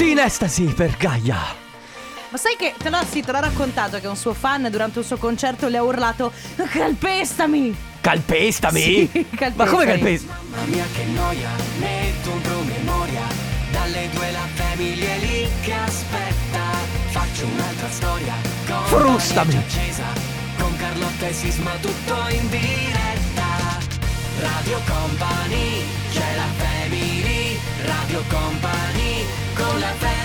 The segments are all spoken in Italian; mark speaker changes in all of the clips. Speaker 1: in estasi per Gaia.
Speaker 2: Ma sai che te l'ho, sì, te l'ho raccontato che un suo fan durante un suo concerto le ha urlato Calpestami!
Speaker 1: Calpestami!
Speaker 2: Sì,
Speaker 1: Ma come
Speaker 2: calpestami.
Speaker 1: calpestami?
Speaker 3: Mamma mia che noia, metto un promemoria, dalle due la famiglia è lì che aspetta, faccio un'altra storia, con
Speaker 1: Frustami.
Speaker 3: la legge accesa, con Carlotta e Sisma tutto in diretta, Radio Company, c'è la family, Radio Company, con la family.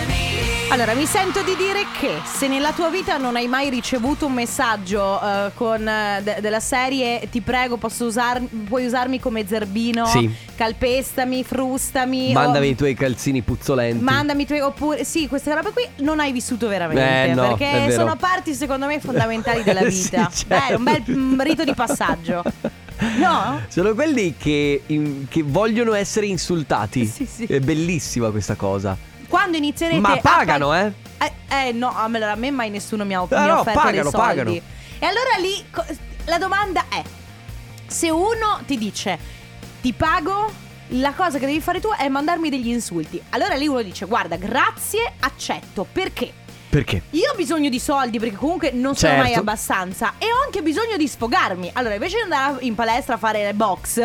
Speaker 2: Allora, mi sento di dire che se nella tua vita non hai mai ricevuto un messaggio eh, con, eh, de- della serie ti prego, posso usar- puoi usarmi come zerbino,
Speaker 1: Sì.
Speaker 2: calpestami, frustami, o-
Speaker 1: Mandami i tuoi calzini puzzolenti.
Speaker 2: Mandami tu oppure sì, queste robe qui non hai vissuto veramente
Speaker 1: Eh, no, è
Speaker 2: perché
Speaker 1: vero.
Speaker 2: sono parti secondo me fondamentali della
Speaker 1: Sì,
Speaker 2: vita. Beh,
Speaker 1: certo.
Speaker 2: un bel mm, rito di passaggio. No?
Speaker 1: Sono quelli che, in- che vogliono essere insultati.
Speaker 2: Sì, sì.
Speaker 1: È bellissima questa cosa.
Speaker 2: Quando inizierete
Speaker 1: Ma
Speaker 2: a-
Speaker 1: pagano, eh?
Speaker 2: Eh, eh, no, a me, a me mai nessuno mi ha,
Speaker 1: Ah,
Speaker 2: mi ha
Speaker 1: no,
Speaker 2: offerto
Speaker 1: pagano,
Speaker 2: dei soldi.
Speaker 1: pagano.
Speaker 2: E allora lì co- la domanda è: se uno ti dice ti pago la cosa che devi fare tu è mandarmi degli insulti. Allora lì uno dice "Guarda, grazie, accetto". Perché?
Speaker 1: Perché?
Speaker 2: Io ho bisogno di soldi perché comunque non sono
Speaker 1: Certo.
Speaker 2: mai abbastanza e ho anche bisogno di sfogarmi. Allora, invece di andare in palestra a fare le box,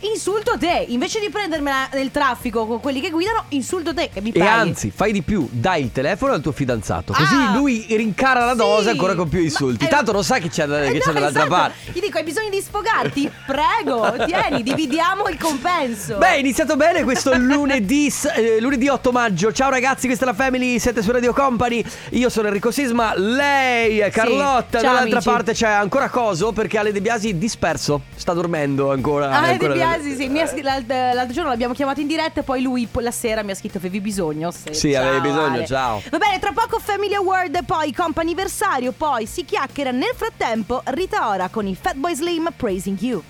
Speaker 2: insulto te. Invece di prendermela nel traffico con quelli che guidano, insulto te che mi
Speaker 1: E
Speaker 2: paghi.
Speaker 1: anzi, fai di più, dai il telefono al tuo fidanzato. Certo, Così
Speaker 2: Ah,
Speaker 1: lui rincara la
Speaker 2: sì.
Speaker 1: dose ancora con più
Speaker 2: Ma-
Speaker 1: insulti.
Speaker 2: eh,
Speaker 1: Tanto lo sa che c'è, da-
Speaker 2: eh,
Speaker 1: che c'è
Speaker 2: no,
Speaker 1: dall'altra
Speaker 2: esatto.
Speaker 1: parte.
Speaker 2: Gli dico, hai bisogno di sfogarti? Prego, tieni, dividiamo il compenso.
Speaker 1: Beh, è iniziato bene questo lunedì, s- eh, lunedì 8 maggio. Ciao ragazzi, questa è la Family 7 su Radio Company. Io sono Enrico Sisma, lei è Carlotta.
Speaker 2: ciao,
Speaker 1: Dall'altra
Speaker 2: amici.
Speaker 1: parte c'è ancora Coso perché Ale De Biasi è disperso. Sta dormendo ancora.
Speaker 2: Ah, De
Speaker 1: ancora-
Speaker 2: Biasi, sì, mi ha scr- l'alt- l'altro giorno l'abbiamo chiamato in diretta e poi lui po- la sera mi ha scritto avevi bisogno. Se-
Speaker 1: Sì,
Speaker 2: ciao,
Speaker 1: avevi bisogno,
Speaker 2: Ale.
Speaker 1: ciao.
Speaker 2: Va bene, tra poco Family Award, poi comp'anniversario, poi si chiacchiera. Nel frattempo Rita Ora con i Fatboy Slim Praising You.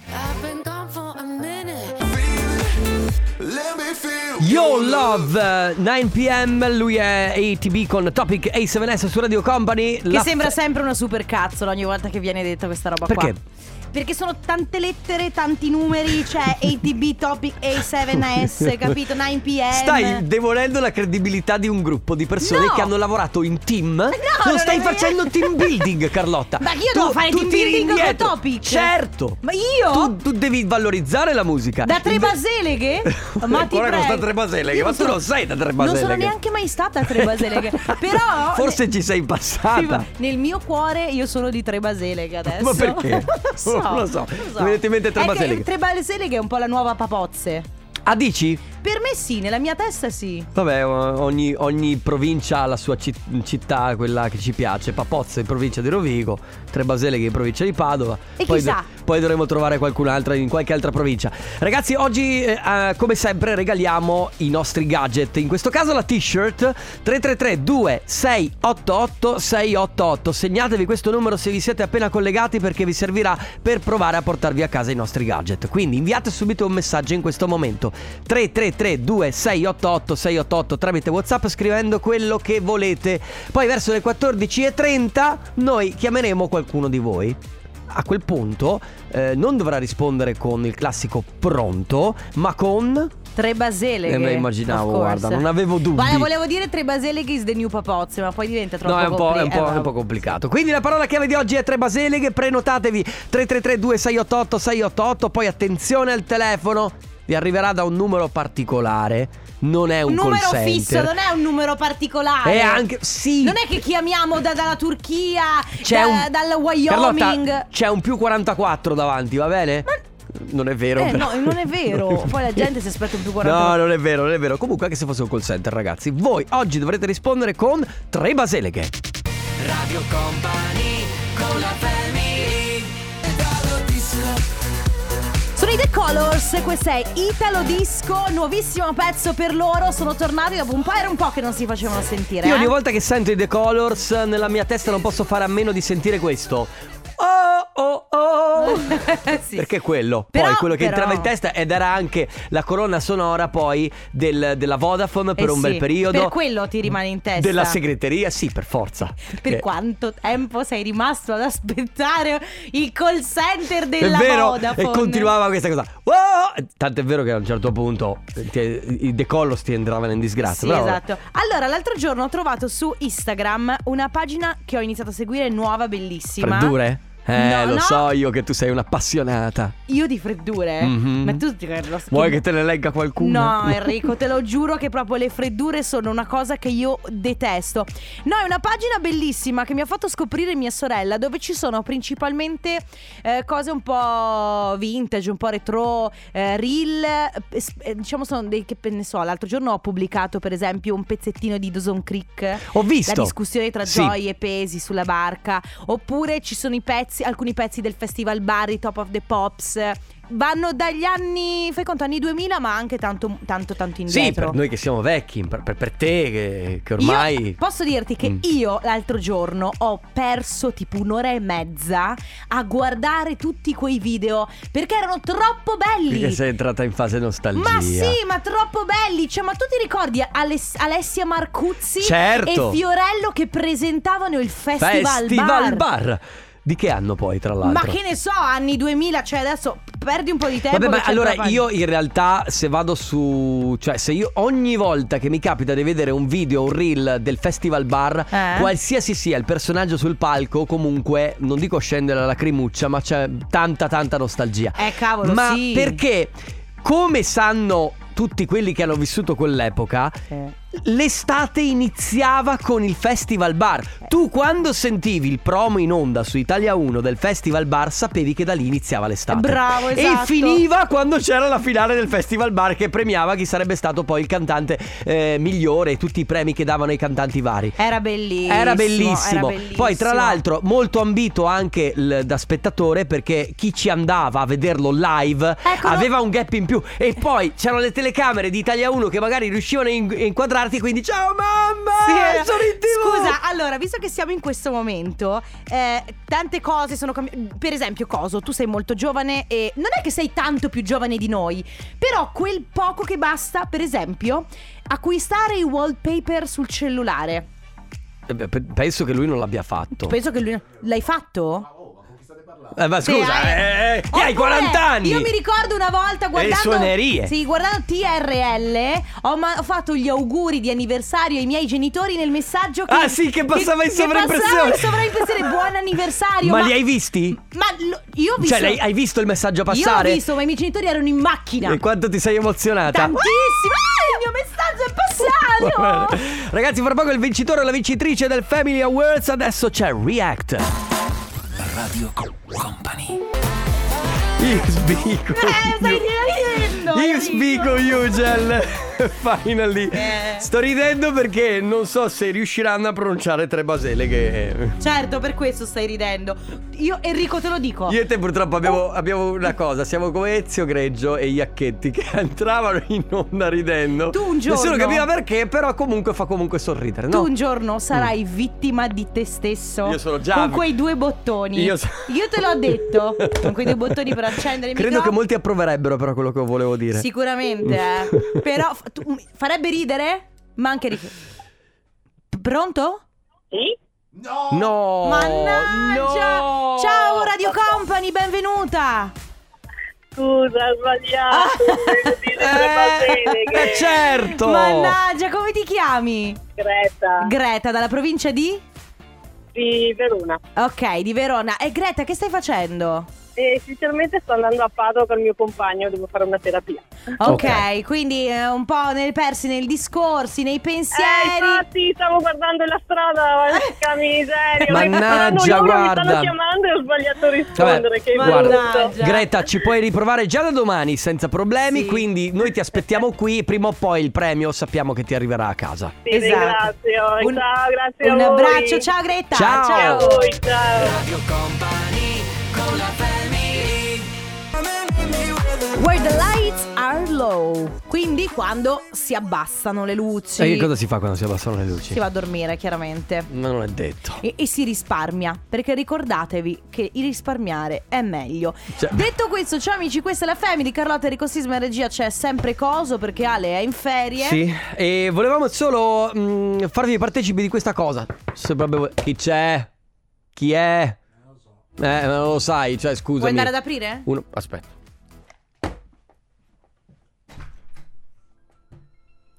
Speaker 1: Yo Love eh, 9 pm, lui è ATB con Topic A7S su Radio Company.
Speaker 2: Che sembra sempre una super cazzola ogni volta che viene detta questa roba
Speaker 1: Perché?
Speaker 2: qua. Perché sono tante lettere, tanti numeri, cioè ATB, Topic A7S, capito? 9PM.
Speaker 1: Stai devolendo la credibilità di un gruppo di persone
Speaker 2: No.
Speaker 1: che hanno lavorato in team. non
Speaker 2: non
Speaker 1: stai
Speaker 2: è vero.
Speaker 1: facendo team building, Carlotta.
Speaker 2: Ma io
Speaker 1: Tu-
Speaker 2: devo fare
Speaker 1: tu
Speaker 2: team
Speaker 1: tiri
Speaker 2: building con
Speaker 1: indietro.
Speaker 2: Topic?
Speaker 1: Certo.
Speaker 2: Ma io?
Speaker 1: Tu, tu devi valorizzare la musica.
Speaker 2: Da tre baseleghe? Ma ti
Speaker 1: Ancora
Speaker 2: prego.
Speaker 1: non sta a tre baseleghe,
Speaker 2: Io
Speaker 1: ma tu
Speaker 2: sono-
Speaker 1: non sei da tre
Speaker 2: Non sono
Speaker 1: baseleghe.
Speaker 2: neanche mai stata a tre baseleghe. Però
Speaker 1: Forse ci sei
Speaker 2: Sì,
Speaker 1: passata.
Speaker 2: ma nel mio cuore io sono di tre baseleghe adesso.
Speaker 1: Ma perché?
Speaker 2: non
Speaker 1: Non lo
Speaker 2: lo so.
Speaker 1: so. Mi viene in mente tre
Speaker 2: È che
Speaker 1: baseleghe.
Speaker 2: Tre baseleghe è un po' la nuova papozze.
Speaker 1: Ah, dici?
Speaker 2: Per me sì, nella mia testa sì.
Speaker 1: Vabbè, o- ogni, ogni provincia ha la sua ci- città, quella che ci piace. Papozza in provincia di Rovigo, Tre Baseleghe in provincia di Padova.
Speaker 2: E
Speaker 1: poi,
Speaker 2: chissà.
Speaker 1: poi dovremo trovare qualcun'altra in qualche altra provincia. Ragazzi, oggi, eh, eh, come sempre, regaliamo i nostri gadget. In questo caso la t-shirt 333-2688-688. Segnatevi questo numero se vi siete appena collegati perché vi servirà per provare a portarvi a casa i nostri gadget. Quindi inviate subito un messaggio in questo momento. 333-2688-688 tramite WhatsApp scrivendo quello che volete. Poi verso le 14.30 noi chiameremo qualcuno di voi. A quel punto eh, non dovrà rispondere con il classico pronto, ma con...
Speaker 2: Tre baseleghe.
Speaker 1: Eh, me immaginavo,
Speaker 2: Of course.
Speaker 1: guarda, non avevo dubbi.
Speaker 2: Guarda, volevo dire tre baseleghe is the new papozze, ma poi diventa troppo
Speaker 1: No, è un, po',
Speaker 2: compli-
Speaker 1: è un po'-
Speaker 2: eh,
Speaker 1: è un po' complicato. Quindi la parola chiave di oggi è tre baseleghe. Prenotatevi 333-2688-688. Poi attenzione al telefono. Vi arriverà da un numero particolare. Non è un,
Speaker 2: Un numero
Speaker 1: call center.
Speaker 2: fisso, non è un numero particolare.
Speaker 1: È anche. Sì.
Speaker 2: Non è che chiamiamo da- dalla Turchia,
Speaker 1: C'è
Speaker 2: da-
Speaker 1: un-
Speaker 2: dal Wyoming.
Speaker 1: Carlotta, c'è un più 44 davanti, va bene? Non è vero.
Speaker 2: Eh,
Speaker 1: però.
Speaker 2: no, non è vero.
Speaker 1: Non è
Speaker 2: Poi la
Speaker 1: vero.
Speaker 2: gente si aspetta un più
Speaker 1: No,
Speaker 2: 44.
Speaker 1: non è vero, non è vero. Comunque, anche se fosse un call center, ragazzi, voi oggi dovrete rispondere con tre baseleghe.
Speaker 3: Radio Company, con la family.
Speaker 2: Sono i The Colors, questo è Italo Disco, nuovissimo pezzo per loro. Sono tornati dopo un po', era un po' che non si facevano sentire.
Speaker 1: Io
Speaker 2: eh.
Speaker 1: ogni volta che sento i The Colors nella mia testa non posso fare a meno di sentire questo. Oh, oh oh.
Speaker 2: Sì.
Speaker 1: Perché quello,
Speaker 2: Però-
Speaker 1: poi quello che
Speaker 2: però-
Speaker 1: entrava in testa ed era anche la colonna sonora poi del- della Vodafone per
Speaker 2: Eh
Speaker 1: un bel
Speaker 2: sì,
Speaker 1: periodo.
Speaker 2: per quello ti rimane in testa.
Speaker 1: Della segreteria, sì, per forza. Eh,
Speaker 2: Per
Speaker 1: Perché-
Speaker 2: quanto tempo sei rimasto ad aspettare il call center della
Speaker 1: è vero,
Speaker 2: Vodafone?
Speaker 1: e continuava questa cosa. Wow! Tanto è vero che a un certo punto ti- il decollo ti entrava in disgrazia.
Speaker 2: Sì,
Speaker 1: però vabbè.
Speaker 2: esatto. Allora, l'altro giorno ho trovato su Instagram una pagina che ho iniziato a seguire nuova, bellissima.
Speaker 1: Freddure? Eh,
Speaker 2: No,
Speaker 1: lo
Speaker 2: no.
Speaker 1: so io che tu sei un'appassionata.
Speaker 2: Io di freddure.
Speaker 1: Mhm.
Speaker 2: Ma tu ti lo
Speaker 1: Vuoi che te ne legga qualcuno?
Speaker 2: No, Enrico, te lo giuro che proprio le freddure sono una cosa che io detesto. No, è una pagina bellissima che mi ha fatto scoprire mia sorella, dove ci sono principalmente eh, cose un po' vintage, un po' retro, eh, reel. eh, s- eh, diciamo sono dei che ne so, l'altro giorno ho pubblicato per esempio un pezzettino di Dawson Creek.
Speaker 1: Ho visto.
Speaker 2: La discussione tra
Speaker 1: Sì.
Speaker 2: gioie e pesi sulla barca. Oppure ci sono i pezzi, alcuni pezzi del Festival Bari, Top of the Pops. Vanno dagli anni, fai conto, anni 2000, ma anche tanto, tanto, tanto
Speaker 1: Sì,
Speaker 2: indietro.
Speaker 1: per noi che siamo vecchi, per, per- per te che, che
Speaker 2: Io
Speaker 1: ormai...
Speaker 2: posso dirti che
Speaker 1: Mm.
Speaker 2: io l'altro giorno ho perso tipo un'ora e mezza a guardare tutti quei video perché erano troppo belli.
Speaker 1: Perché sei entrata in fase nostalgia.
Speaker 2: Ma sì, ma troppo belli. Cioè, ma tu ti ricordi Aless- Alessia Marcuzzi
Speaker 1: Certo.
Speaker 2: e Fiorello che presentavano il Festival,
Speaker 1: Festival Bar. Di che anno poi, tra l'altro?
Speaker 2: Ma che ne so, anni 2000, cioè adesso perdi un po' di tempo.
Speaker 1: Vabbè,
Speaker 2: che
Speaker 1: ma
Speaker 2: c'è
Speaker 1: allora
Speaker 2: troppa-
Speaker 1: io in realtà se vado su, cioè se io ogni volta che mi capita di vedere un video, un reel del festival bar,
Speaker 2: Eh?
Speaker 1: qualsiasi sia il personaggio sul palco, comunque non dico scendere la lacrimuccia, ma c'è tanta tanta nostalgia.
Speaker 2: Eh, cavolo,
Speaker 1: ma
Speaker 2: sì.
Speaker 1: perché come sanno tutti quelli che hanno vissuto quell'epoca,
Speaker 2: Eh.
Speaker 1: L'estate iniziava con il Festival Bar. Tu quando sentivi il promo in onda su Italia 1 del Festival Bar sapevi che da lì iniziava l'estate.
Speaker 2: Bravo, esatto.
Speaker 1: E finiva quando c'era la finale del Festival Bar che premiava chi sarebbe stato poi il cantante eh, migliore e tutti i premi che davano ai cantanti vari.
Speaker 2: Era bellissimo.
Speaker 1: Era bellissimo.
Speaker 2: era
Speaker 1: Poi, tra
Speaker 2: bellissimo.
Speaker 1: l'altro, molto ambito anche l- da spettatore perché chi ci andava a vederlo live
Speaker 2: Ecco, no-
Speaker 1: aveva un gap in più. E poi c'erano le telecamere di Italia 1 che magari riuscivano a in- a inquadrarti. Quindi, ciao
Speaker 2: Sì,
Speaker 1: mamma!
Speaker 2: era-
Speaker 1: sono in TV!
Speaker 2: Ah, Scusa, allora, visto che siamo in questo momento, eh, tante cose sono cambiate. Per esempio, Coso, tu sei molto giovane e non è che sei tanto più giovane di noi, però quel poco che basta, per esempio, acquistare i wallpaper sul cellulare.
Speaker 1: Eh beh, pe- Penso che lui non l'abbia fatto.
Speaker 2: Penso che lui... L'hai fatto?
Speaker 1: Eh, ma scusa,
Speaker 2: Sì, hai-
Speaker 1: eh, eh, chi hai
Speaker 2: Oppure,
Speaker 1: 40 anni?
Speaker 2: Io mi ricordo una volta guardando...
Speaker 1: suonerie.
Speaker 2: Sì, guardando TRL, ho, ma- ho fatto gli auguri di anniversario ai miei genitori nel messaggio che...
Speaker 1: Ah, sì, che passava in
Speaker 2: Che passava
Speaker 1: sovraimpressione.
Speaker 2: in sovraimpressione, buon anniversario.
Speaker 1: Ma li hai visti?
Speaker 2: Ma lo- io ho visto...
Speaker 1: Cioè, l'hai- hai visto il messaggio
Speaker 2: Io
Speaker 1: passare?
Speaker 2: ho visto, ma i miei genitori erano in macchina.
Speaker 1: E quanto ti sei emozionata?
Speaker 2: Tantissimo. Ah, il mio messaggio è
Speaker 1: Va
Speaker 2: passato.
Speaker 1: bene. Ragazzi, fra poco il vincitore o la vincitrice del Family Awards, adesso c'è React.
Speaker 3: Radio Company
Speaker 1: Io sbico.
Speaker 2: Eh, stai ridendo.
Speaker 1: Io
Speaker 2: Enrico.
Speaker 1: sbico Ugel. Finally.
Speaker 2: Eh.
Speaker 1: Sto ridendo perché non so se riusciranno a pronunciare tre basele che...
Speaker 2: Certo, per questo stai ridendo. Io, Enrico, te lo dico.
Speaker 1: Io e te purtroppo
Speaker 2: Oh.
Speaker 1: abbiamo, abbiamo una cosa, siamo come Ezio Greggio e Iacchetti che entravano in onda ridendo.
Speaker 2: Tu un giorno-
Speaker 1: Nessuno capiva perché, però comunque fa comunque sorridere, no?
Speaker 2: Tu un giorno sarai vittima di te stesso.
Speaker 1: Io sono già-
Speaker 2: Con quei due bottoni.
Speaker 1: Io so-
Speaker 2: te l'ho detto. con quei due bottoni per accendere il
Speaker 1: Credo che
Speaker 2: microfono.
Speaker 1: molti approverebbero però quello che volevo dire.
Speaker 2: Sicuramente, eh. Però fa- tu- farebbe ridere, ma anche ridere. Pronto?
Speaker 4: Sì?
Speaker 1: No!
Speaker 2: Mannaggia!
Speaker 1: Oh, no!
Speaker 2: Ciao Radio Company, benvenuta!
Speaker 4: Scusa, ho
Speaker 2: Ah!
Speaker 4: sbagliato. Devo Ah, dire tre basene.
Speaker 1: Eh, eh, certo!
Speaker 2: Mannaggia, come ti chiami?
Speaker 4: Greta
Speaker 2: Greta, dalla provincia di?
Speaker 4: di Verona.
Speaker 2: Ok, di Verona. E Greta, che stai facendo?
Speaker 4: E sinceramente sto andando a Padova con il mio compagno, devo fare una terapia.
Speaker 2: Ok,
Speaker 1: Ok.
Speaker 2: quindi eh, un po' nel, persi nei discorsi, nei
Speaker 4: Eh,
Speaker 2: pensieri.
Speaker 4: infatti, stavo guardando la strada,
Speaker 2: Eh.
Speaker 4: porca miseria.
Speaker 1: Mannaggia,
Speaker 4: Loro Mi
Speaker 1: guarda.
Speaker 4: stanno chiamando e ho sbagliato a rispondere.
Speaker 1: Vabbè,
Speaker 4: che
Speaker 2: guarda.
Speaker 4: brutto.
Speaker 2: Già.
Speaker 1: Greta, ci puoi riprovare già da domani senza problemi,
Speaker 2: Sì.
Speaker 1: quindi noi ti aspettiamo qui, prima o poi il premio sappiamo che ti arriverà a casa.
Speaker 4: Ti
Speaker 2: Esatto.
Speaker 4: ringrazio. eh,
Speaker 2: Un-
Speaker 4: ciao, grazie
Speaker 2: Un
Speaker 4: a voi.
Speaker 2: abbraccio, ciao Greta.
Speaker 1: Ciao.
Speaker 4: A voi, ciao.
Speaker 2: Where the lights are low. low. Quindi quando si abbassano le luci.
Speaker 1: E che Eh, cosa si fa quando si abbassano le luci?
Speaker 2: Si va a dormire, chiaramente.
Speaker 1: Ma non è detto.
Speaker 2: E, e si risparmia, perché ricordatevi che il risparmiare è meglio.
Speaker 1: Cioè-
Speaker 2: Detto questo, ciao amici, questa è la Family. Carlotta Enrico Sisma in regia c'è sempre coso perché Ale è in ferie.
Speaker 1: Sì, e volevamo solo mh, farvi partecipi di questa cosa. Se proprio vuoi- Chi c'è? Chi è? Eh, non lo sai, cioè scusami.
Speaker 2: Vuoi andare ad aprire?
Speaker 1: Uno, aspetta.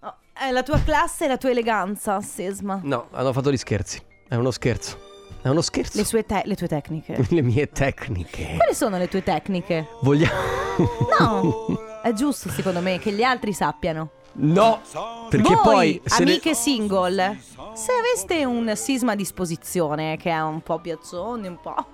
Speaker 2: Oh, è la tua classe e la tua eleganza, Sisma.
Speaker 1: No, hanno fatto gli scherzi. È uno scherzo. È uno scherzo.
Speaker 2: Le, sue te- le tue tecniche.
Speaker 1: Le mie tecniche.
Speaker 2: Quali sono le tue tecniche?
Speaker 1: Vogliamo.
Speaker 2: No, è giusto secondo me che gli altri sappiano.
Speaker 1: No! Perché
Speaker 2: Voi,
Speaker 1: poi. se ne-
Speaker 2: amiche single, se aveste un sisma a disposizione che è un po' piazzone, un po'.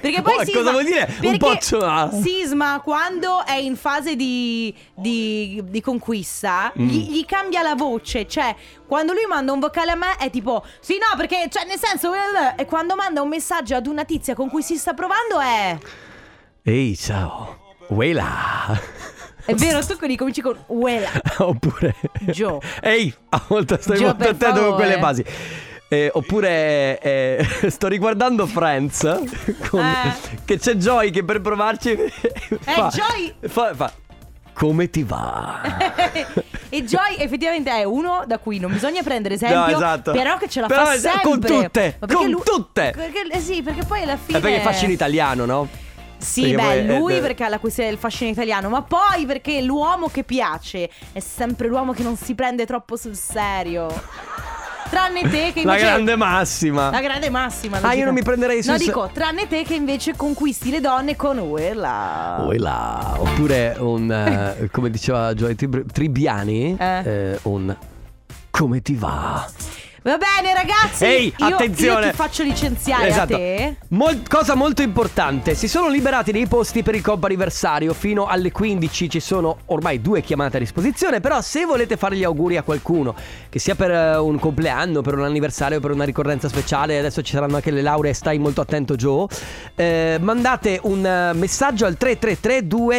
Speaker 2: Perché poi
Speaker 1: Cosa
Speaker 2: sisma,
Speaker 1: vuol dire? Un
Speaker 2: perché
Speaker 1: po' zona?
Speaker 2: Sisma, quando è in fase di, di- di conquista,
Speaker 1: Mm.
Speaker 2: gli, gli cambia la voce. Cioè, quando lui manda un vocale a me è tipo, sì, no, perché, cioè, nel senso. eh, eh", E quando manda un messaggio ad una tizia con cui si sta provando è.
Speaker 1: Ehi, ciao. Wela.
Speaker 2: È vero, tu li cominci con. Uela.
Speaker 1: oppure.
Speaker 2: Joe.
Speaker 1: Ehi, a volte stai
Speaker 2: Joe,
Speaker 1: molto
Speaker 2: per
Speaker 1: attento con
Speaker 2: favore.
Speaker 1: quelle basi. Eh, oppure eh, sto riguardando Friends con-
Speaker 2: Eh.
Speaker 1: che c'è Joy che per provarci fa,
Speaker 2: Joy!
Speaker 1: fa, fa, come ti va?
Speaker 2: e Joy effettivamente è uno da cui non bisogna prendere esempio
Speaker 1: No, esatto.
Speaker 2: Però che ce la
Speaker 1: Però
Speaker 2: fa
Speaker 1: es-
Speaker 2: sempre
Speaker 1: con tutte,
Speaker 2: Ma perché
Speaker 1: con
Speaker 2: lui-
Speaker 1: tutte.
Speaker 2: perché- eh sì, perché poi alla fine
Speaker 1: Eh, perché faccio in italiano, no?
Speaker 2: Sì,
Speaker 1: perché
Speaker 2: beh,
Speaker 1: poi-
Speaker 2: lui
Speaker 1: eh,
Speaker 2: perché ha la questione del fascino italiano Ma poi perché l'uomo che piace È sempre l'uomo che non si prende troppo sul serio Tranne te che
Speaker 1: La
Speaker 2: invece
Speaker 1: grande massima.
Speaker 2: la grande massima
Speaker 1: Ah, io non mi prenderei sul
Speaker 2: No,
Speaker 1: se-
Speaker 2: dico, tranne te che invece conquisti le donne con Uella
Speaker 1: Oh, e là. Oppure un, eh, come diceva Joy Trib- Tribbiani,
Speaker 2: Eh.
Speaker 1: eh, un come ti va?
Speaker 2: Va bene ragazzi
Speaker 1: Ehi,
Speaker 2: io,
Speaker 1: attenzione!
Speaker 2: Io ti faccio licenziare
Speaker 1: Esatto.
Speaker 2: a te
Speaker 1: Mol- cosa molto importante, si sono liberati dei posti per il Coppa anniversario. Fino alle 15 ci sono ormai due chiamate a disposizione. Però, se volete fare gli auguri a qualcuno, che sia per eh, un compleanno, per un anniversario, per una ricorrenza speciale, adesso ci saranno anche le lauree, stai molto attento, Joe. eh, mandate un eh, messaggio al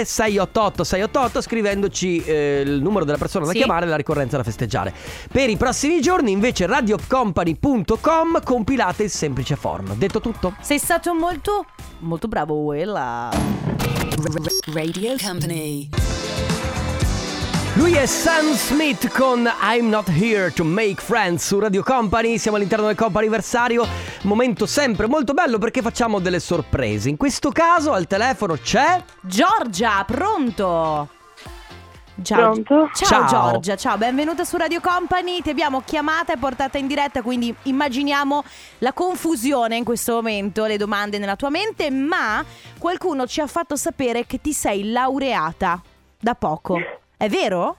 Speaker 1: 333-2688-688 scrivendoci eh, il numero della persona da
Speaker 2: Sì.
Speaker 1: chiamare e la ricorrenza da festeggiare. Per i prossimi giorni, invece, radiocompany.com compilate il semplice form. Detto tutto?
Speaker 2: Sei stato molto, molto bravo, Uella.
Speaker 3: Radio Company.
Speaker 1: Lui è Sam Smith con I'm Not Here to Make Friends su Radio Company, siamo all'interno del Coppa Anniversario, momento sempre molto bello perché facciamo delle sorprese. In questo caso al telefono c'è...
Speaker 2: Giorgia, pronto? Ciao.
Speaker 4: Pronto?
Speaker 2: Ciao,
Speaker 1: Ciao.
Speaker 2: Giorgia, ciao, benvenuta su Radio Company, ti abbiamo chiamata e portata in diretta, quindi immaginiamo la confusione in questo momento, le domande nella tua mente, ma qualcuno ci ha fatto sapere che ti sei laureata da poco. È vero?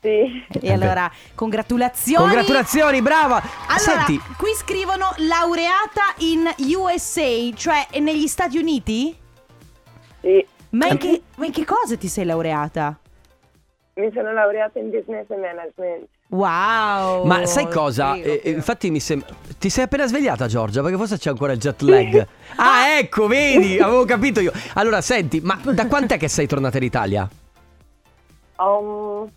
Speaker 4: Sì.
Speaker 2: E allora, congratulazioni.
Speaker 1: Congratulazioni, brava!
Speaker 2: Allora,
Speaker 1: Senti,
Speaker 2: qui scrivono laureata in USA, cioè negli Stati Uniti?
Speaker 4: Sì.
Speaker 2: Ma
Speaker 1: Ehm.
Speaker 2: in che, ma in che cosa ti sei laureata?
Speaker 4: Mi sono laureata in business and management.
Speaker 2: Wow!
Speaker 1: ma sai cosa?
Speaker 2: Figo,
Speaker 1: Eh, eh,
Speaker 2: figo.
Speaker 1: infatti mi sembra... Ti sei appena svegliata Giorgia? Perché forse c'è ancora il jet lag. ah, ecco, vedi, avevo capito io. Allora, senti, ma da quant'è che sei tornata in Italia?
Speaker 4: Ho un-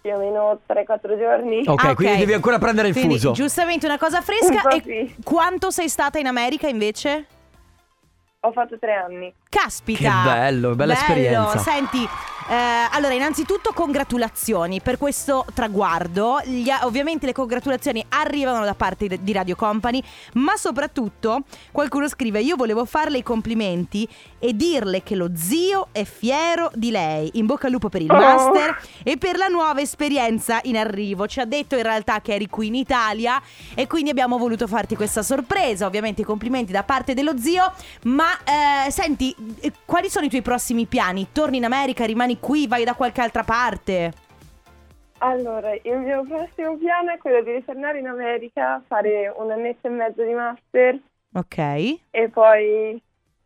Speaker 4: più o meno 3-4 giorni.
Speaker 1: Ok,
Speaker 2: Ah,
Speaker 1: quindi devi ancora prendere il
Speaker 2: Quindi,
Speaker 1: fuso.
Speaker 2: Giustamente una cosa
Speaker 4: Un
Speaker 2: fresca.
Speaker 4: po'
Speaker 2: E
Speaker 4: sì.
Speaker 2: quanto sei stata in America invece?
Speaker 4: Ho fatto 3 anni.
Speaker 2: Caspita!
Speaker 1: Che bello, bella esperienza.
Speaker 2: Senti, eh, allora innanzitutto congratulazioni per questo traguardo. Gli- ovviamente le congratulazioni arrivano da parte de- di Radio Company, ma soprattutto qualcuno scrive io volevo farle i complimenti e dirle che lo zio è fiero di lei. In bocca al lupo per il
Speaker 4: Oh.
Speaker 2: master e per la nuova esperienza in arrivo. Ci ha detto in realtà che eri qui in Italia e quindi abbiamo voluto farti questa sorpresa. Ovviamente i complimenti da parte dello zio. Ma eh, senti, eh, quali sono i tuoi prossimi piani? Torni in America, rimani qui, vai da qualche altra parte?
Speaker 4: Allora, il mio prossimo piano è quello di ritornare in America, fare un annetto e mezzo di master
Speaker 2: Ok.
Speaker 4: e poi,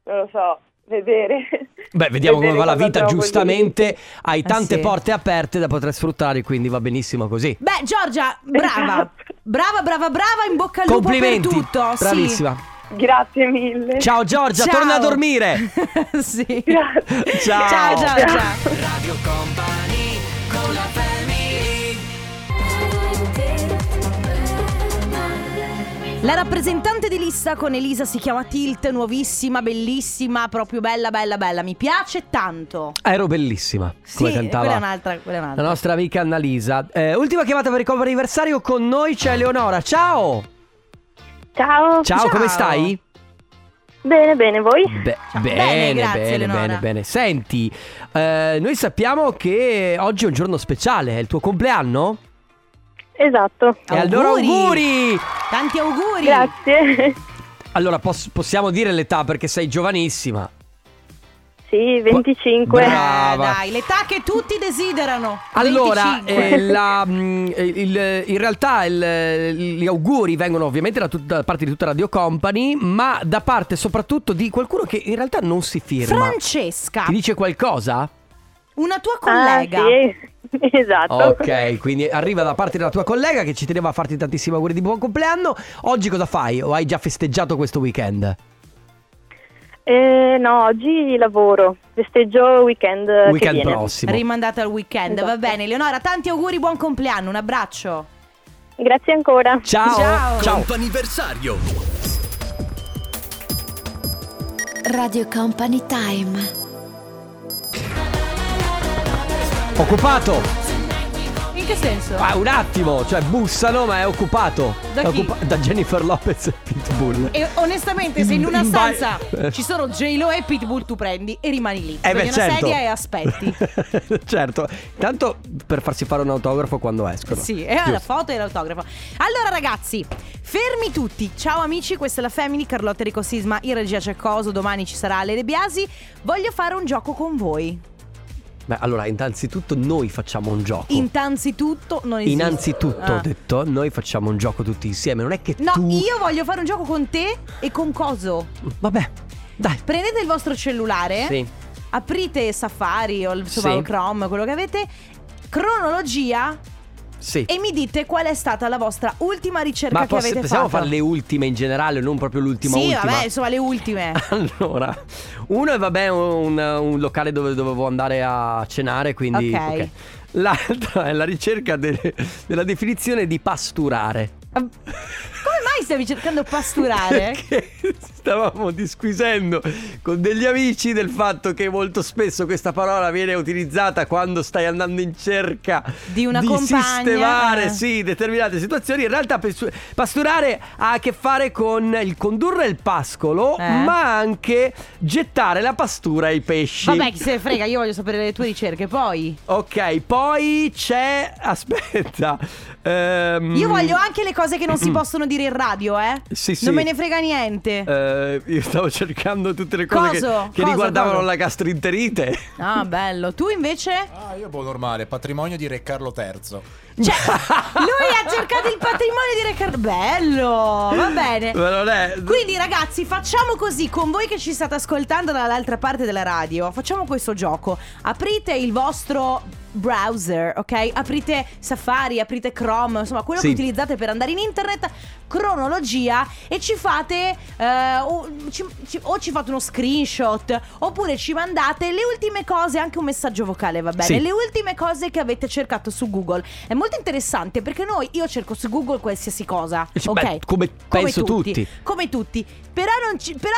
Speaker 4: non lo so, vedere.
Speaker 1: Beh, vediamo come
Speaker 4: vedere
Speaker 1: va la
Speaker 4: cosa
Speaker 1: vita.
Speaker 4: trovo di-
Speaker 1: Giustamente hai tante
Speaker 2: Eh, sì.
Speaker 1: porte aperte da poter sfruttare, quindi va benissimo così.
Speaker 2: Beh, Giorgia, brava.
Speaker 4: Esatto.
Speaker 2: Brava, brava, brava, in bocca al lupo per
Speaker 1: Complimenti,
Speaker 2: tutto. sì.
Speaker 1: bravissima.
Speaker 4: Grazie mille.
Speaker 1: Ciao Giorgia,
Speaker 2: Ciao.
Speaker 1: torna a dormire.
Speaker 2: sì.
Speaker 4: Grazie.
Speaker 1: Ciao.
Speaker 2: Ciao, Giorgia.
Speaker 1: Radio Company.
Speaker 2: La rappresentante di lista con Elisa si chiama Tilt, nuovissima, bellissima, proprio bella, bella, bella. Mi piace tanto.
Speaker 1: Ero bellissima come
Speaker 2: sì,
Speaker 1: cantava.
Speaker 2: quella è un'altra, quella è
Speaker 1: La
Speaker 2: un'altra.
Speaker 1: nostra amica Annalisa. Eh, ultima chiamata per il cover anniversario con noi c'è Eleonora. Ciao!
Speaker 4: Ciao.
Speaker 1: Ciao,
Speaker 2: Ciao.
Speaker 1: come stai?
Speaker 4: Bene, bene, voi?
Speaker 1: Be-
Speaker 2: Ciao.
Speaker 1: bene,
Speaker 2: Bene, grazie,
Speaker 1: bene,
Speaker 2: Eleonora.
Speaker 1: bene, bene. Senti, eh, noi sappiamo che oggi è un giorno speciale, è il tuo compleanno?
Speaker 4: Esatto.
Speaker 1: E allora auguri!
Speaker 2: Tanti auguri.
Speaker 4: Grazie.
Speaker 1: Allora pos- possiamo dire l'età perché sei giovanissima.
Speaker 4: Sì, 25.
Speaker 2: Eh,
Speaker 1: Brava.
Speaker 2: dai, l'età che tutti desiderano.
Speaker 1: Allora,
Speaker 2: 25.
Speaker 1: eh, la, mm, eh, il- in realtà il- eh, gli auguri vengono ovviamente da, tut- da parte di tutta Radio Company, ma da parte soprattutto di qualcuno che in realtà non si firma.
Speaker 2: Francesca,
Speaker 1: Ti dice qualcosa?
Speaker 2: una tua
Speaker 4: Ah,
Speaker 2: collega.
Speaker 4: sì. Esatto.
Speaker 1: Ok, quindi arriva da parte della tua collega che ci teneva a farti tantissimi auguri di buon compleanno. Oggi cosa fai? O hai già festeggiato questo weekend?
Speaker 4: Eh, no, oggi lavoro, festeggio weekend, che
Speaker 1: weekend
Speaker 4: viene.
Speaker 1: prossimo.
Speaker 2: Rimandata al weekend, va
Speaker 4: Esatto.
Speaker 2: bene. Eleonora, tanti auguri, buon compleanno, un abbraccio.
Speaker 4: Grazie ancora.
Speaker 1: Ciao.
Speaker 2: Ciao.
Speaker 1: Ciao.
Speaker 3: Comp'anniversario
Speaker 5: Radio Company Time.
Speaker 1: Occupato.
Speaker 2: In che senso?
Speaker 1: Ah, un attimo, cioè bussano ma è occupato.
Speaker 2: Da
Speaker 1: È
Speaker 2: chi?
Speaker 1: da Jennifer Lopez e Pitbull.
Speaker 2: E onestamente, se in una
Speaker 1: In ba-
Speaker 2: stanza ci sono J-Lo e Pitbull, tu prendi e rimani lì.
Speaker 1: Eh
Speaker 2: Prendi
Speaker 1: beh,
Speaker 2: una
Speaker 1: certo.
Speaker 2: sedia e aspetti.
Speaker 1: certo. Tanto per farsi fare un autografo quando escono.
Speaker 2: Sì, e ha la
Speaker 1: Giusto.
Speaker 2: foto e l'autografo. Allora, ragazzi, fermi tutti. Ciao amici, questa è la Family, Carlotta Rico Sisma, in regia c'è Coso, domani ci sarà Ale De Biasi. Voglio fare un gioco con voi.
Speaker 1: Beh, allora, innanzitutto noi facciamo un gioco.
Speaker 2: Innanzitutto non esiste.
Speaker 1: Oh. Innanzitutto, ho
Speaker 2: Ah.
Speaker 1: detto, noi facciamo un gioco tutti insieme. Non è che
Speaker 2: No,
Speaker 1: tu.
Speaker 2: io voglio fare un gioco con te e con Coso.
Speaker 1: Vabbè, dai.
Speaker 2: Prendete il vostro cellulare,
Speaker 1: Sì.
Speaker 2: aprite Safari o il- insomma,
Speaker 1: Sì.
Speaker 2: o Chrome, quello che avete, cronologia
Speaker 1: Sì.
Speaker 2: e mi dite qual è stata la vostra ultima ricerca
Speaker 1: Ma
Speaker 2: che
Speaker 1: poss-
Speaker 2: avete
Speaker 1: possiamo
Speaker 2: fatto.
Speaker 1: fare le ultime in generale, non proprio l'ultima
Speaker 2: sì,
Speaker 1: ultima.
Speaker 2: vabbè, insomma, le ultime.
Speaker 1: Allora, uno è vabbè un, un locale dove dovevo andare a cenare, quindi...
Speaker 2: Ok.
Speaker 1: ok. L'altra è la ricerca delle- della definizione di pasturare.
Speaker 2: Come mai stavi cercando pasturare?
Speaker 1: Perché stavamo disquisendo con degli amici del fatto che molto spesso questa parola viene utilizzata quando stai andando in cerca
Speaker 2: Di una
Speaker 1: di
Speaker 2: compagna. Eh.
Speaker 1: sistemare sì, determinate situazioni. In realtà pestu- pasturare ha a che fare con il condurre il pascolo,
Speaker 2: Eh.
Speaker 1: ma anche gettare la pastura ai pesci.
Speaker 2: Vabbè, chi se ne frega, io voglio sapere le tue ricerche. Poi,
Speaker 1: Ok, poi c'è. Aspetta. ehm,
Speaker 2: io voglio anche le cose che non si possono dire in radio, eh.
Speaker 1: Mm. Sì, sì.
Speaker 2: Non me ne frega niente.
Speaker 1: Eh, io stavo cercando tutte le cose che-
Speaker 2: Coso?
Speaker 1: che,
Speaker 2: Cosa,
Speaker 1: riguardavano
Speaker 2: cosa?
Speaker 1: la gastroenterite.
Speaker 2: Ah, bello. Tu invece?
Speaker 6: Ah, io boh, normale, patrimonio di Re Carlo III.
Speaker 2: Cioè, lui ha cercato il patrimonio di Record. Bello, va bene.
Speaker 1: Ma non è.
Speaker 2: Quindi ragazzi facciamo così con voi che ci state ascoltando dall'altra parte della radio Facciamo questo gioco Aprite il vostro browser ok? Aprite Safari, aprite Chrome Insomma quello
Speaker 1: Sì.
Speaker 2: che utilizzate per andare in internet Cronologia e ci fate eh, o, ci, ci- o ci fate uno screenshot Oppure ci mandate le ultime cose Anche un messaggio vocale va bene
Speaker 1: Sì.
Speaker 2: Le ultime cose che avete cercato su Google È molto interessante perché noi io cerco su Google qualsiasi cosa
Speaker 1: Sì,
Speaker 2: Ok
Speaker 1: beh, come penso tutti.
Speaker 2: come tutti. Però non ci. Però.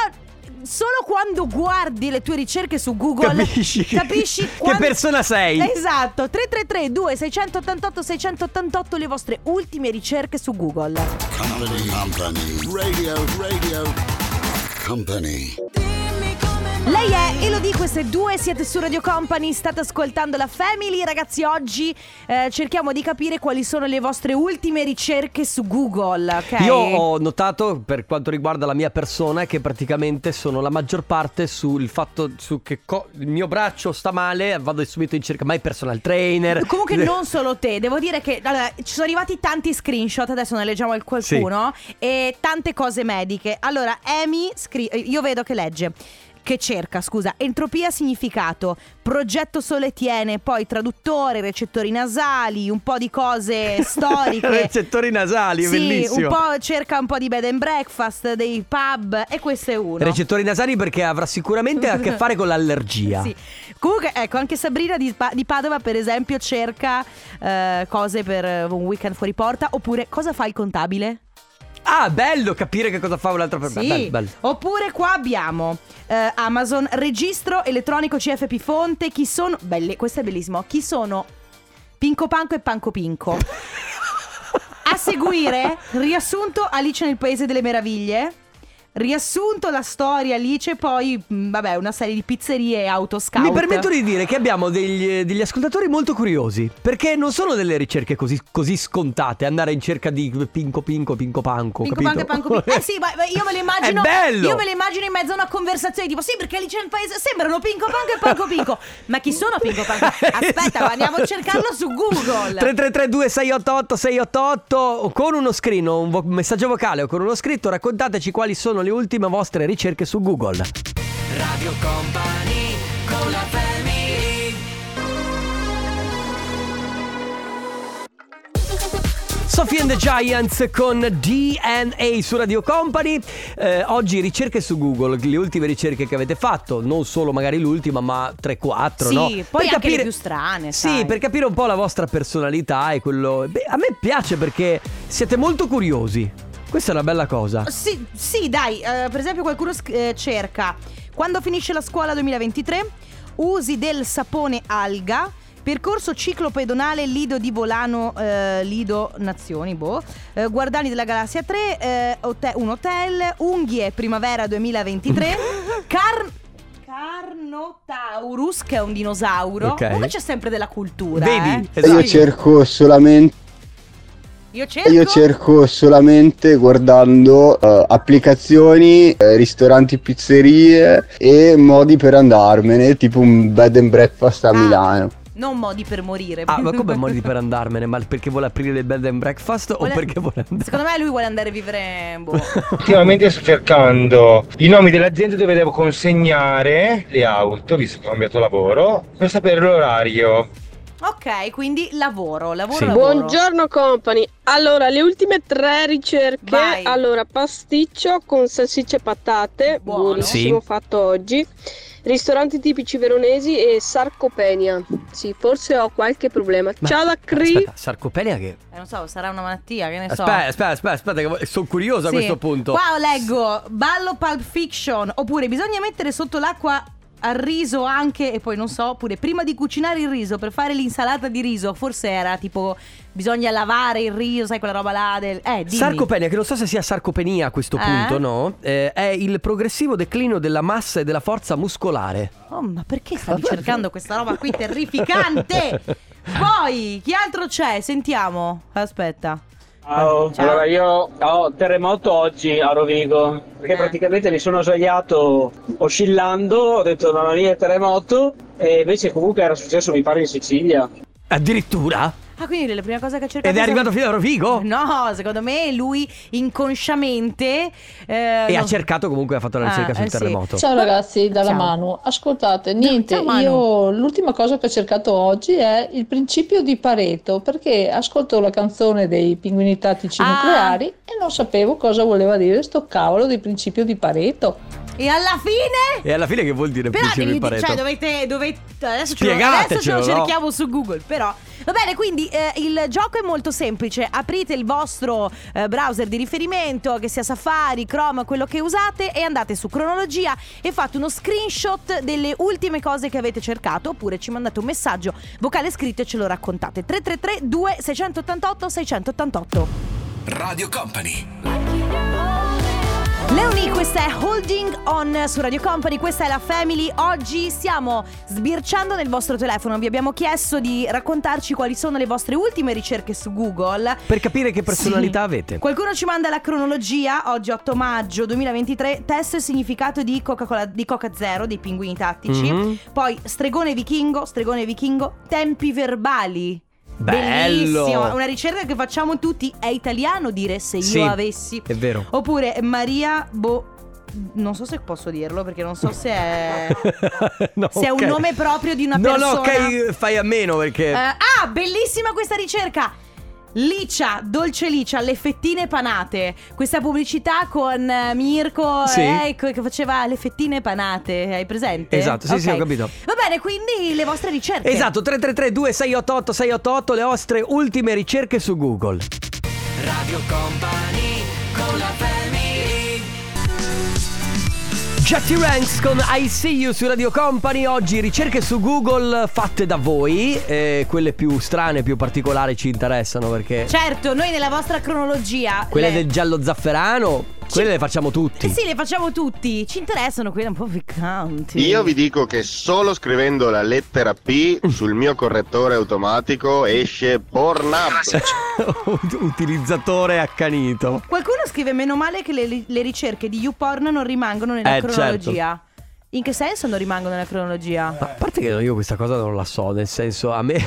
Speaker 2: Solo quando guardi le tue ricerche su Google
Speaker 1: Capisci che-
Speaker 2: capisci
Speaker 1: che
Speaker 2: quando-
Speaker 1: persona sei.
Speaker 2: Esatto 333 2688 688 le vostre ultime ricerche su Google Lei è Elodie, queste due siete su Radio Company, state ascoltando la Family. Ragazzi, oggi eh, cerchiamo di capire quali sono le vostre ultime ricerche su Google, ok?
Speaker 1: Io ho notato per quanto riguarda la mia persona che praticamente sono la maggior parte sul fatto su che co- il mio braccio sta male, vado subito in cerca, mai personal trainer.
Speaker 2: Comunque non solo te, devo dire che allora, ci sono arrivati tanti screenshot, adesso ne leggiamo al qualcuno, e tante cose mediche. Allora, Amy, scri- eh, io vedo che legge. Che cerca, scusa, entropia significato, progetto sole tiene, poi traduttore, recettori nasali, un po' di cose storiche.
Speaker 1: Recettori nasali, è
Speaker 2: sì,
Speaker 1: bellissimo.
Speaker 2: un po' cerca un po' di bed and breakfast, dei pub, e questo è uno.
Speaker 1: Recettori nasali perché avrà sicuramente a che fare con l'allergia.
Speaker 2: Sì. Comunque, ecco, anche Sabrina di, Pa- di Padova, per esempio, cerca eh, cose per eh, un weekend fuori porta. Oppure, cosa fa il contabile?
Speaker 1: Ah, bello capire che cosa fa un'altra persona.
Speaker 2: Sì.
Speaker 1: Bello, bello.
Speaker 2: Oppure qua abbiamo eh, Amazon, registro elettronico CFP fonte, chi sono... Belle, questo è bellissimo. Chi sono Pinco Panco e Panco Pinco? A seguire, riassunto Alice nel Paese delle Meraviglie. Riassunto la storia Alice, poi mh, vabbè, una serie di pizzerie e autoscout.
Speaker 1: Mi permetto di dire che abbiamo degli, eh, degli ascoltatori molto curiosi, perché non sono delle ricerche così, così scontate, andare in cerca di pinco pinco, pinco panco,
Speaker 2: Pinco
Speaker 1: capito?
Speaker 2: Panco e Panco Pinco. Eh sì, ma ma io me lo immagino.
Speaker 1: È bello!
Speaker 2: Io me lo immagino in mezzo a una conversazione tipo sì, perché lì c'è il paese. Sembrano Pinco Panco e Panco Pinco. Ma chi sono Pinco Panco? Aspetta,
Speaker 1: Esatto.
Speaker 2: andiamo a cercarlo su Google.
Speaker 1: 3332 688 688 con uno screen, o un vo- messaggio vocale o con uno scritto raccontateci quali sono le ultime vostre ricerche su Google.
Speaker 3: Radio Company con la family
Speaker 1: Sophie and the Giants con DNA su Radio Company. Eh, oggi ricerche su Google, le ultime ricerche che avete fatto, non solo magari l'ultima, ma 3-4,
Speaker 2: Sì,
Speaker 1: no?
Speaker 2: poi anche le più strane,
Speaker 1: Sì,
Speaker 2: sai.
Speaker 1: per capire un po' la vostra personalità e quello. Beh, a me piace perché siete molto curiosi. Questa è una bella cosa.
Speaker 2: Sì, sì, dai, eh, per esempio qualcuno sc- eh, cerca quando finisce la scuola 2023, usi del sapone alga. Percorso ciclo pedonale Lido di Volano, eh, Lido Nazioni, boh. Eh, Guardani della Galassia 3, eh, hotel- un hotel, Unghie Primavera 2023, Car- Carnotaurus, che è un dinosauro.
Speaker 1: Ok.
Speaker 2: Comunque c'è sempre della cultura.
Speaker 1: Vedi?
Speaker 2: eh.
Speaker 1: Esatto.
Speaker 7: Io cerco solamente,
Speaker 2: Io cerco.
Speaker 7: io cerco solamente guardando eh, applicazioni, eh, ristoranti, pizzerie e modi per andarmene, tipo un bed and breakfast a
Speaker 2: Ah.
Speaker 7: Milano.
Speaker 2: Non modi per morire.
Speaker 1: Ah, ma come modi per andarmene? Ma perché vuole aprire il bed and breakfast
Speaker 2: Vuole-
Speaker 1: o perché vuole andare?
Speaker 2: Secondo me lui vuole andare a vivere. Boh.
Speaker 8: Ultimamente sto cercando i nomi delle aziende dove devo consegnare le auto, visto che ho cambiato lavoro, per sapere l'orario.
Speaker 2: Ok, quindi lavoro, lavoro,
Speaker 1: Sì.
Speaker 2: lavoro.
Speaker 9: Buongiorno company. Allora, le ultime tre ricerche.
Speaker 2: Vai.
Speaker 9: Allora, pasticcio con salsicce e patate,
Speaker 2: Buono.
Speaker 9: buonissimo
Speaker 1: Sì.
Speaker 9: fatto oggi. Ristoranti tipici veronesi e sarcopenia. Sì, forse ho qualche problema.
Speaker 1: Ma-
Speaker 9: Ciao da Cri.
Speaker 1: Aspetta, sarcopenia che.
Speaker 2: Eh, non so, sarà una malattia, che ne Eh, so.
Speaker 1: Aspetta, aspetta, aspetta, aspetta, che vo- sono curioso a
Speaker 2: Sì.
Speaker 1: questo punto.
Speaker 2: Qua leggo ballo Pulp Fiction, oppure bisogna mettere sotto l'acqua al riso anche e poi non so, oppure prima di cucinare il riso per fare l'insalata di riso, forse era tipo bisogna lavare il riso, sai quella roba là del eh, dimmi.
Speaker 1: Sarcopenia, che non so se sia sarcopenia a questo
Speaker 2: Eh?
Speaker 1: punto, no? Eh, è il progressivo declino della massa e della forza muscolare.
Speaker 2: Oh, ma perché stavi cercando questa roba qui terrificante? Poi chi altro c'è? Sentiamo. Aspetta. Ciao.
Speaker 10: Allora io ho terremoto oggi a Rovigo perché
Speaker 2: Eh.
Speaker 10: praticamente mi sono svegliato oscillando, ho detto non lì è terremoto e invece comunque era successo mi pare in Sicilia.
Speaker 1: Addirittura?
Speaker 2: Ah, quindi la prima cosa che ha
Speaker 1: Ed
Speaker 2: cercato
Speaker 1: è
Speaker 2: sono-
Speaker 1: arrivato fino a Rovigo?
Speaker 2: No, secondo me lui inconsciamente. eh,
Speaker 1: E ha cercato comunque, ha fatto la
Speaker 2: Ah,
Speaker 1: ricerca sul terremoto.
Speaker 2: Cioè,
Speaker 11: Ciao ragazzi, dalla
Speaker 2: Ciao.
Speaker 11: Manu. Ascoltate,
Speaker 2: Ciao,
Speaker 11: niente,
Speaker 2: ciao, Manu.
Speaker 11: io l'ultima cosa che ho cercato oggi è il principio di Pareto, perché ascolto la canzone dei pinguini tattici
Speaker 2: Ah.
Speaker 11: nucleari e non sapevo cosa voleva dire sto cavolo di principio di Pareto.
Speaker 2: E alla fine.
Speaker 1: E alla fine che vuol dire
Speaker 2: Però
Speaker 1: principio
Speaker 2: devi,
Speaker 1: di
Speaker 2: dire-
Speaker 1: Pareto?
Speaker 2: cioè, dovete, dovete- adesso, ce lo,
Speaker 1: Spiegatecelo,
Speaker 2: adesso ce lo
Speaker 1: no?
Speaker 2: cerchiamo su Google. Però va bene, quindi eh, il gioco è molto semplice. Aprite il vostro eh, browser di riferimento, che sia Safari, Chrome, quello che usate, e andate su cronologia e fate uno screenshot delle ultime cose che avete cercato. Oppure ci mandate un messaggio vocale scritto e ce lo raccontate. 333 2688 688
Speaker 3: Radio Company
Speaker 2: Leoni, questa è Holding On su Radio Company, questa è la Family. Oggi stiamo sbirciando nel vostro telefono. Vi abbiamo chiesto di raccontarci quali sono le vostre ultime ricerche su Google.
Speaker 1: Per capire che personalità
Speaker 2: Sì.
Speaker 1: avete.
Speaker 2: Qualcuno ci manda la cronologia, oggi 8 maggio 2023, testo e significato di Coca-Cola, di Coca Zero, dei pinguini tattici.
Speaker 1: Mhm.
Speaker 2: Poi stregone vichingo, stregone vichingo, tempi verbali.
Speaker 1: Bello.
Speaker 2: Bellissimo, una ricerca che facciamo tutti, è italiano dire se io
Speaker 1: Sì.
Speaker 2: avessi.
Speaker 1: È vero.
Speaker 2: Oppure Maria Bo... Non so se posso dirlo perché non so se è...
Speaker 1: No,
Speaker 2: se è Eh. un
Speaker 1: ok.
Speaker 2: nome proprio di una
Speaker 1: no,
Speaker 2: persona.
Speaker 1: No, ok, fai a meno perché...
Speaker 2: Eh, ah, bellissima questa ricerca! Licia, dolce licia, le fettine panate. Questa pubblicità con eh, Mirko
Speaker 1: Sì.
Speaker 2: eh, co- che faceva le fettine panate, hai presente?
Speaker 1: Esatto, sì, sì,
Speaker 2: Ok.
Speaker 1: ho capito.
Speaker 2: Va bene, quindi le vostre ricerche.
Speaker 1: Esatto, 333 2688 688 le vostre ultime ricerche su Google.
Speaker 3: Radio Company con la
Speaker 1: Shatty Ranks con I See You su Radio Company. Oggi ricerche su Google fatte da voi. eh, quelle più strane, più particolari ci interessano perché.
Speaker 2: Certo, noi nella vostra cronologia.
Speaker 1: quelle
Speaker 2: le-
Speaker 1: del giallo zafferano, quelle le facciamo tutti.
Speaker 2: Sì, le facciamo tutti. Ci interessano quelle un po' piccanti.
Speaker 12: Io vi dico che solo scrivendo la lettera P
Speaker 7: Mm.
Speaker 12: sul mio correttore automatico esce Pornhub.
Speaker 1: Utilizzatore accanito.
Speaker 2: Qualcuno scrive meno male che le, le ricerche di YouPorn non rimangono nella
Speaker 1: Eh, certo.
Speaker 2: cronologia. In che senso non rimangono nella cronologia?
Speaker 1: Ma a parte che io questa cosa non la so, nel senso a me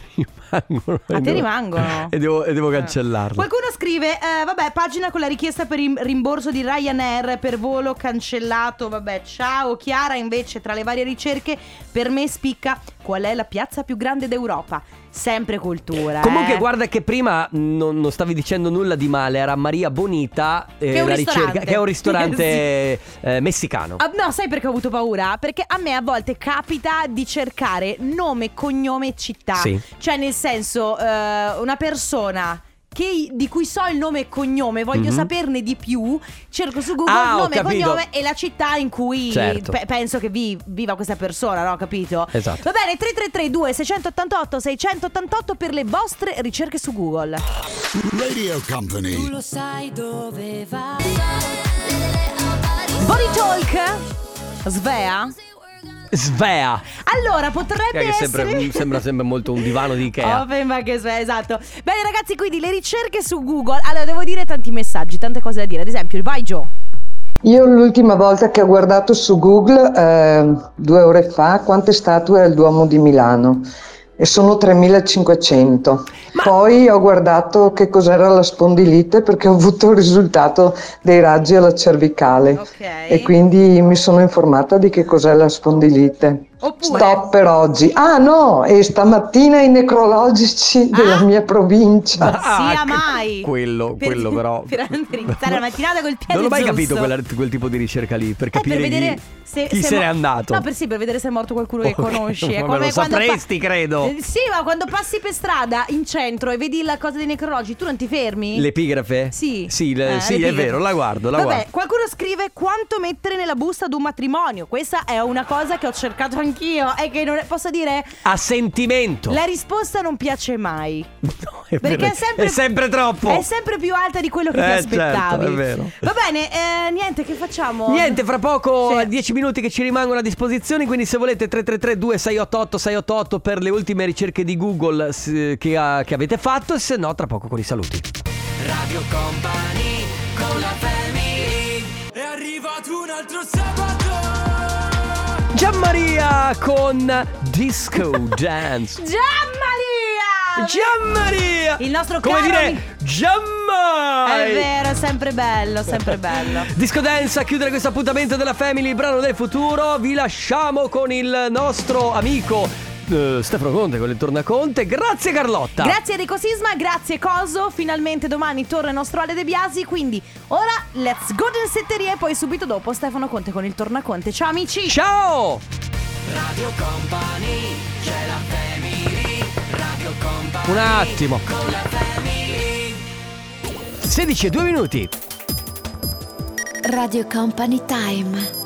Speaker 1: rimangono.
Speaker 2: A
Speaker 1: e
Speaker 2: te
Speaker 1: devo-
Speaker 2: rimangono. Ah.
Speaker 1: E devo, e devo cancellarle.
Speaker 2: Qualcuno scrive, eh, vabbè, pagina con la richiesta per rim- rimborso di Ryanair per volo cancellato, vabbè, ciao Chiara, invece tra le varie ricerche per me spicca qual è la piazza più grande d'Europa? Sempre cultura. eh.
Speaker 1: Comunque guarda che prima non, non stavi dicendo nulla di male, era Maria Bonita, eh,
Speaker 2: Che è un
Speaker 1: la ricerca,
Speaker 2: ristorante.
Speaker 1: che è un ristorante eh, messicano.
Speaker 2: Ah, no, sai perché ho avuto paura? Perché a me a volte capita di cercare nome, cognome e città.
Speaker 1: Sì.
Speaker 2: Cioè, nel senso, eh, una persona. Che, di cui so il nome e cognome, voglio
Speaker 1: Mhm.
Speaker 2: saperne di più. Cerco su Google
Speaker 1: Ah, ho
Speaker 2: nome e
Speaker 1: capito.
Speaker 2: cognome e la città in cui
Speaker 1: Certo.
Speaker 2: pe- penso che vi- viva questa persona, no? Capito?
Speaker 1: Esatto.
Speaker 2: Va bene, 3332 688 688 per le vostre ricerche su Google.
Speaker 13: Radio Company.
Speaker 2: lo sai dove va. Body Talk. Svea.
Speaker 1: Svea.
Speaker 2: Allora,
Speaker 1: Che
Speaker 2: potrebbe
Speaker 1: è sempre- mm,
Speaker 2: essere...
Speaker 1: sembra sempre molto un divano di Ikea.
Speaker 2: Open che Svea, esatto. Bene ragazzi, quindi le ricerche su Google. Allora, devo dire tanti messaggi, tante cose da dire. Ad esempio, il vai Gio.
Speaker 14: Io l'ultima volta che ho guardato su Google, eh, due ore fa, quante statue ha il Duomo di Milano? E sono 3500. Poi ho guardato che cos'era la spondilite perché ho avuto il risultato dei raggi alla cervicale. E
Speaker 2: Eh,
Speaker 14: quindi mi sono informata di che cos'è la spondilite. Stop per oggi. Ah no, e stamattina i necrologici della mia provincia.
Speaker 2: Sia mai.
Speaker 1: Ah, Quello,
Speaker 2: Per-
Speaker 1: quello però.
Speaker 2: Per per iniziare la mattinata col piede
Speaker 1: Non ho mai
Speaker 2: giusto.
Speaker 1: capito quella- quel tipo di ricerca lì, per
Speaker 2: Eh, per
Speaker 1: capire
Speaker 2: vedere
Speaker 1: chi,
Speaker 2: se,
Speaker 1: chi se,
Speaker 2: mo-
Speaker 1: n'è andato.
Speaker 2: No, per sì, per vedere se è morto qualcuno che
Speaker 1: Ok,
Speaker 2: conosci. È
Speaker 1: ma
Speaker 2: come
Speaker 1: lo
Speaker 2: quando
Speaker 1: sapresti, credo.
Speaker 2: Eh, Sì, ma quando passi per strada in centro e vedi la cosa dei necrologi, tu non ti fermi?
Speaker 1: L'epigrafe?
Speaker 2: Sì.
Speaker 1: Sì, le-
Speaker 2: Eh,
Speaker 1: sì, è
Speaker 2: l'epigrafe.
Speaker 1: vero, la guardo, la
Speaker 2: Vabbè,
Speaker 1: guardo.
Speaker 2: qualcuno scrive quanto mettere nella busta ad un matrimonio. Questa è una cosa che ho cercato anch'io e che non è- posso dire
Speaker 1: A sentimento.
Speaker 2: la risposta non piace mai.
Speaker 1: È
Speaker 2: Perché
Speaker 1: vero.
Speaker 2: è sempre,
Speaker 1: È sempre troppo.
Speaker 2: È sempre più alta di quello che ti
Speaker 1: Eh,
Speaker 2: aspettavi.
Speaker 1: certo, è vero.
Speaker 2: Va bene, eh, niente, che facciamo?
Speaker 1: Niente, fra poco 10 minuti che ci rimangono a disposizione, quindi se volete 333 2688 688 per le ultime ricerche di Google s- che, ha- che avete fatto e se no tra poco con i saluti.
Speaker 3: Radio Company con la family È arrivato un altro sabato
Speaker 1: Gianmaria con Disco Dance.
Speaker 2: Gianmaria!
Speaker 1: Gianmaria!
Speaker 2: Il nostro
Speaker 1: Come
Speaker 2: caro
Speaker 1: dire,
Speaker 2: ami-
Speaker 1: Giammai!
Speaker 2: È vero, è sempre bello, sempre bello.
Speaker 1: Disco Dance a chiudere questo appuntamento della Family, il brano del futuro. Vi lasciamo con il nostro amico eh, Stefano Conte con il Tornaconte. Grazie Carlotta.
Speaker 2: Grazie Enrico Sisma, grazie Coso. Finalmente domani torna il nostro Ale De Biasi. Quindi ora let's go del setteria e poi subito dopo Stefano Conte con il Tornaconte. Ciao amici!
Speaker 1: Ciao!
Speaker 3: Radio Company c'è la family Radio Company
Speaker 1: Un attimo.
Speaker 3: con la family
Speaker 1: 16 e 2 minuti.
Speaker 5: Radio Company Time.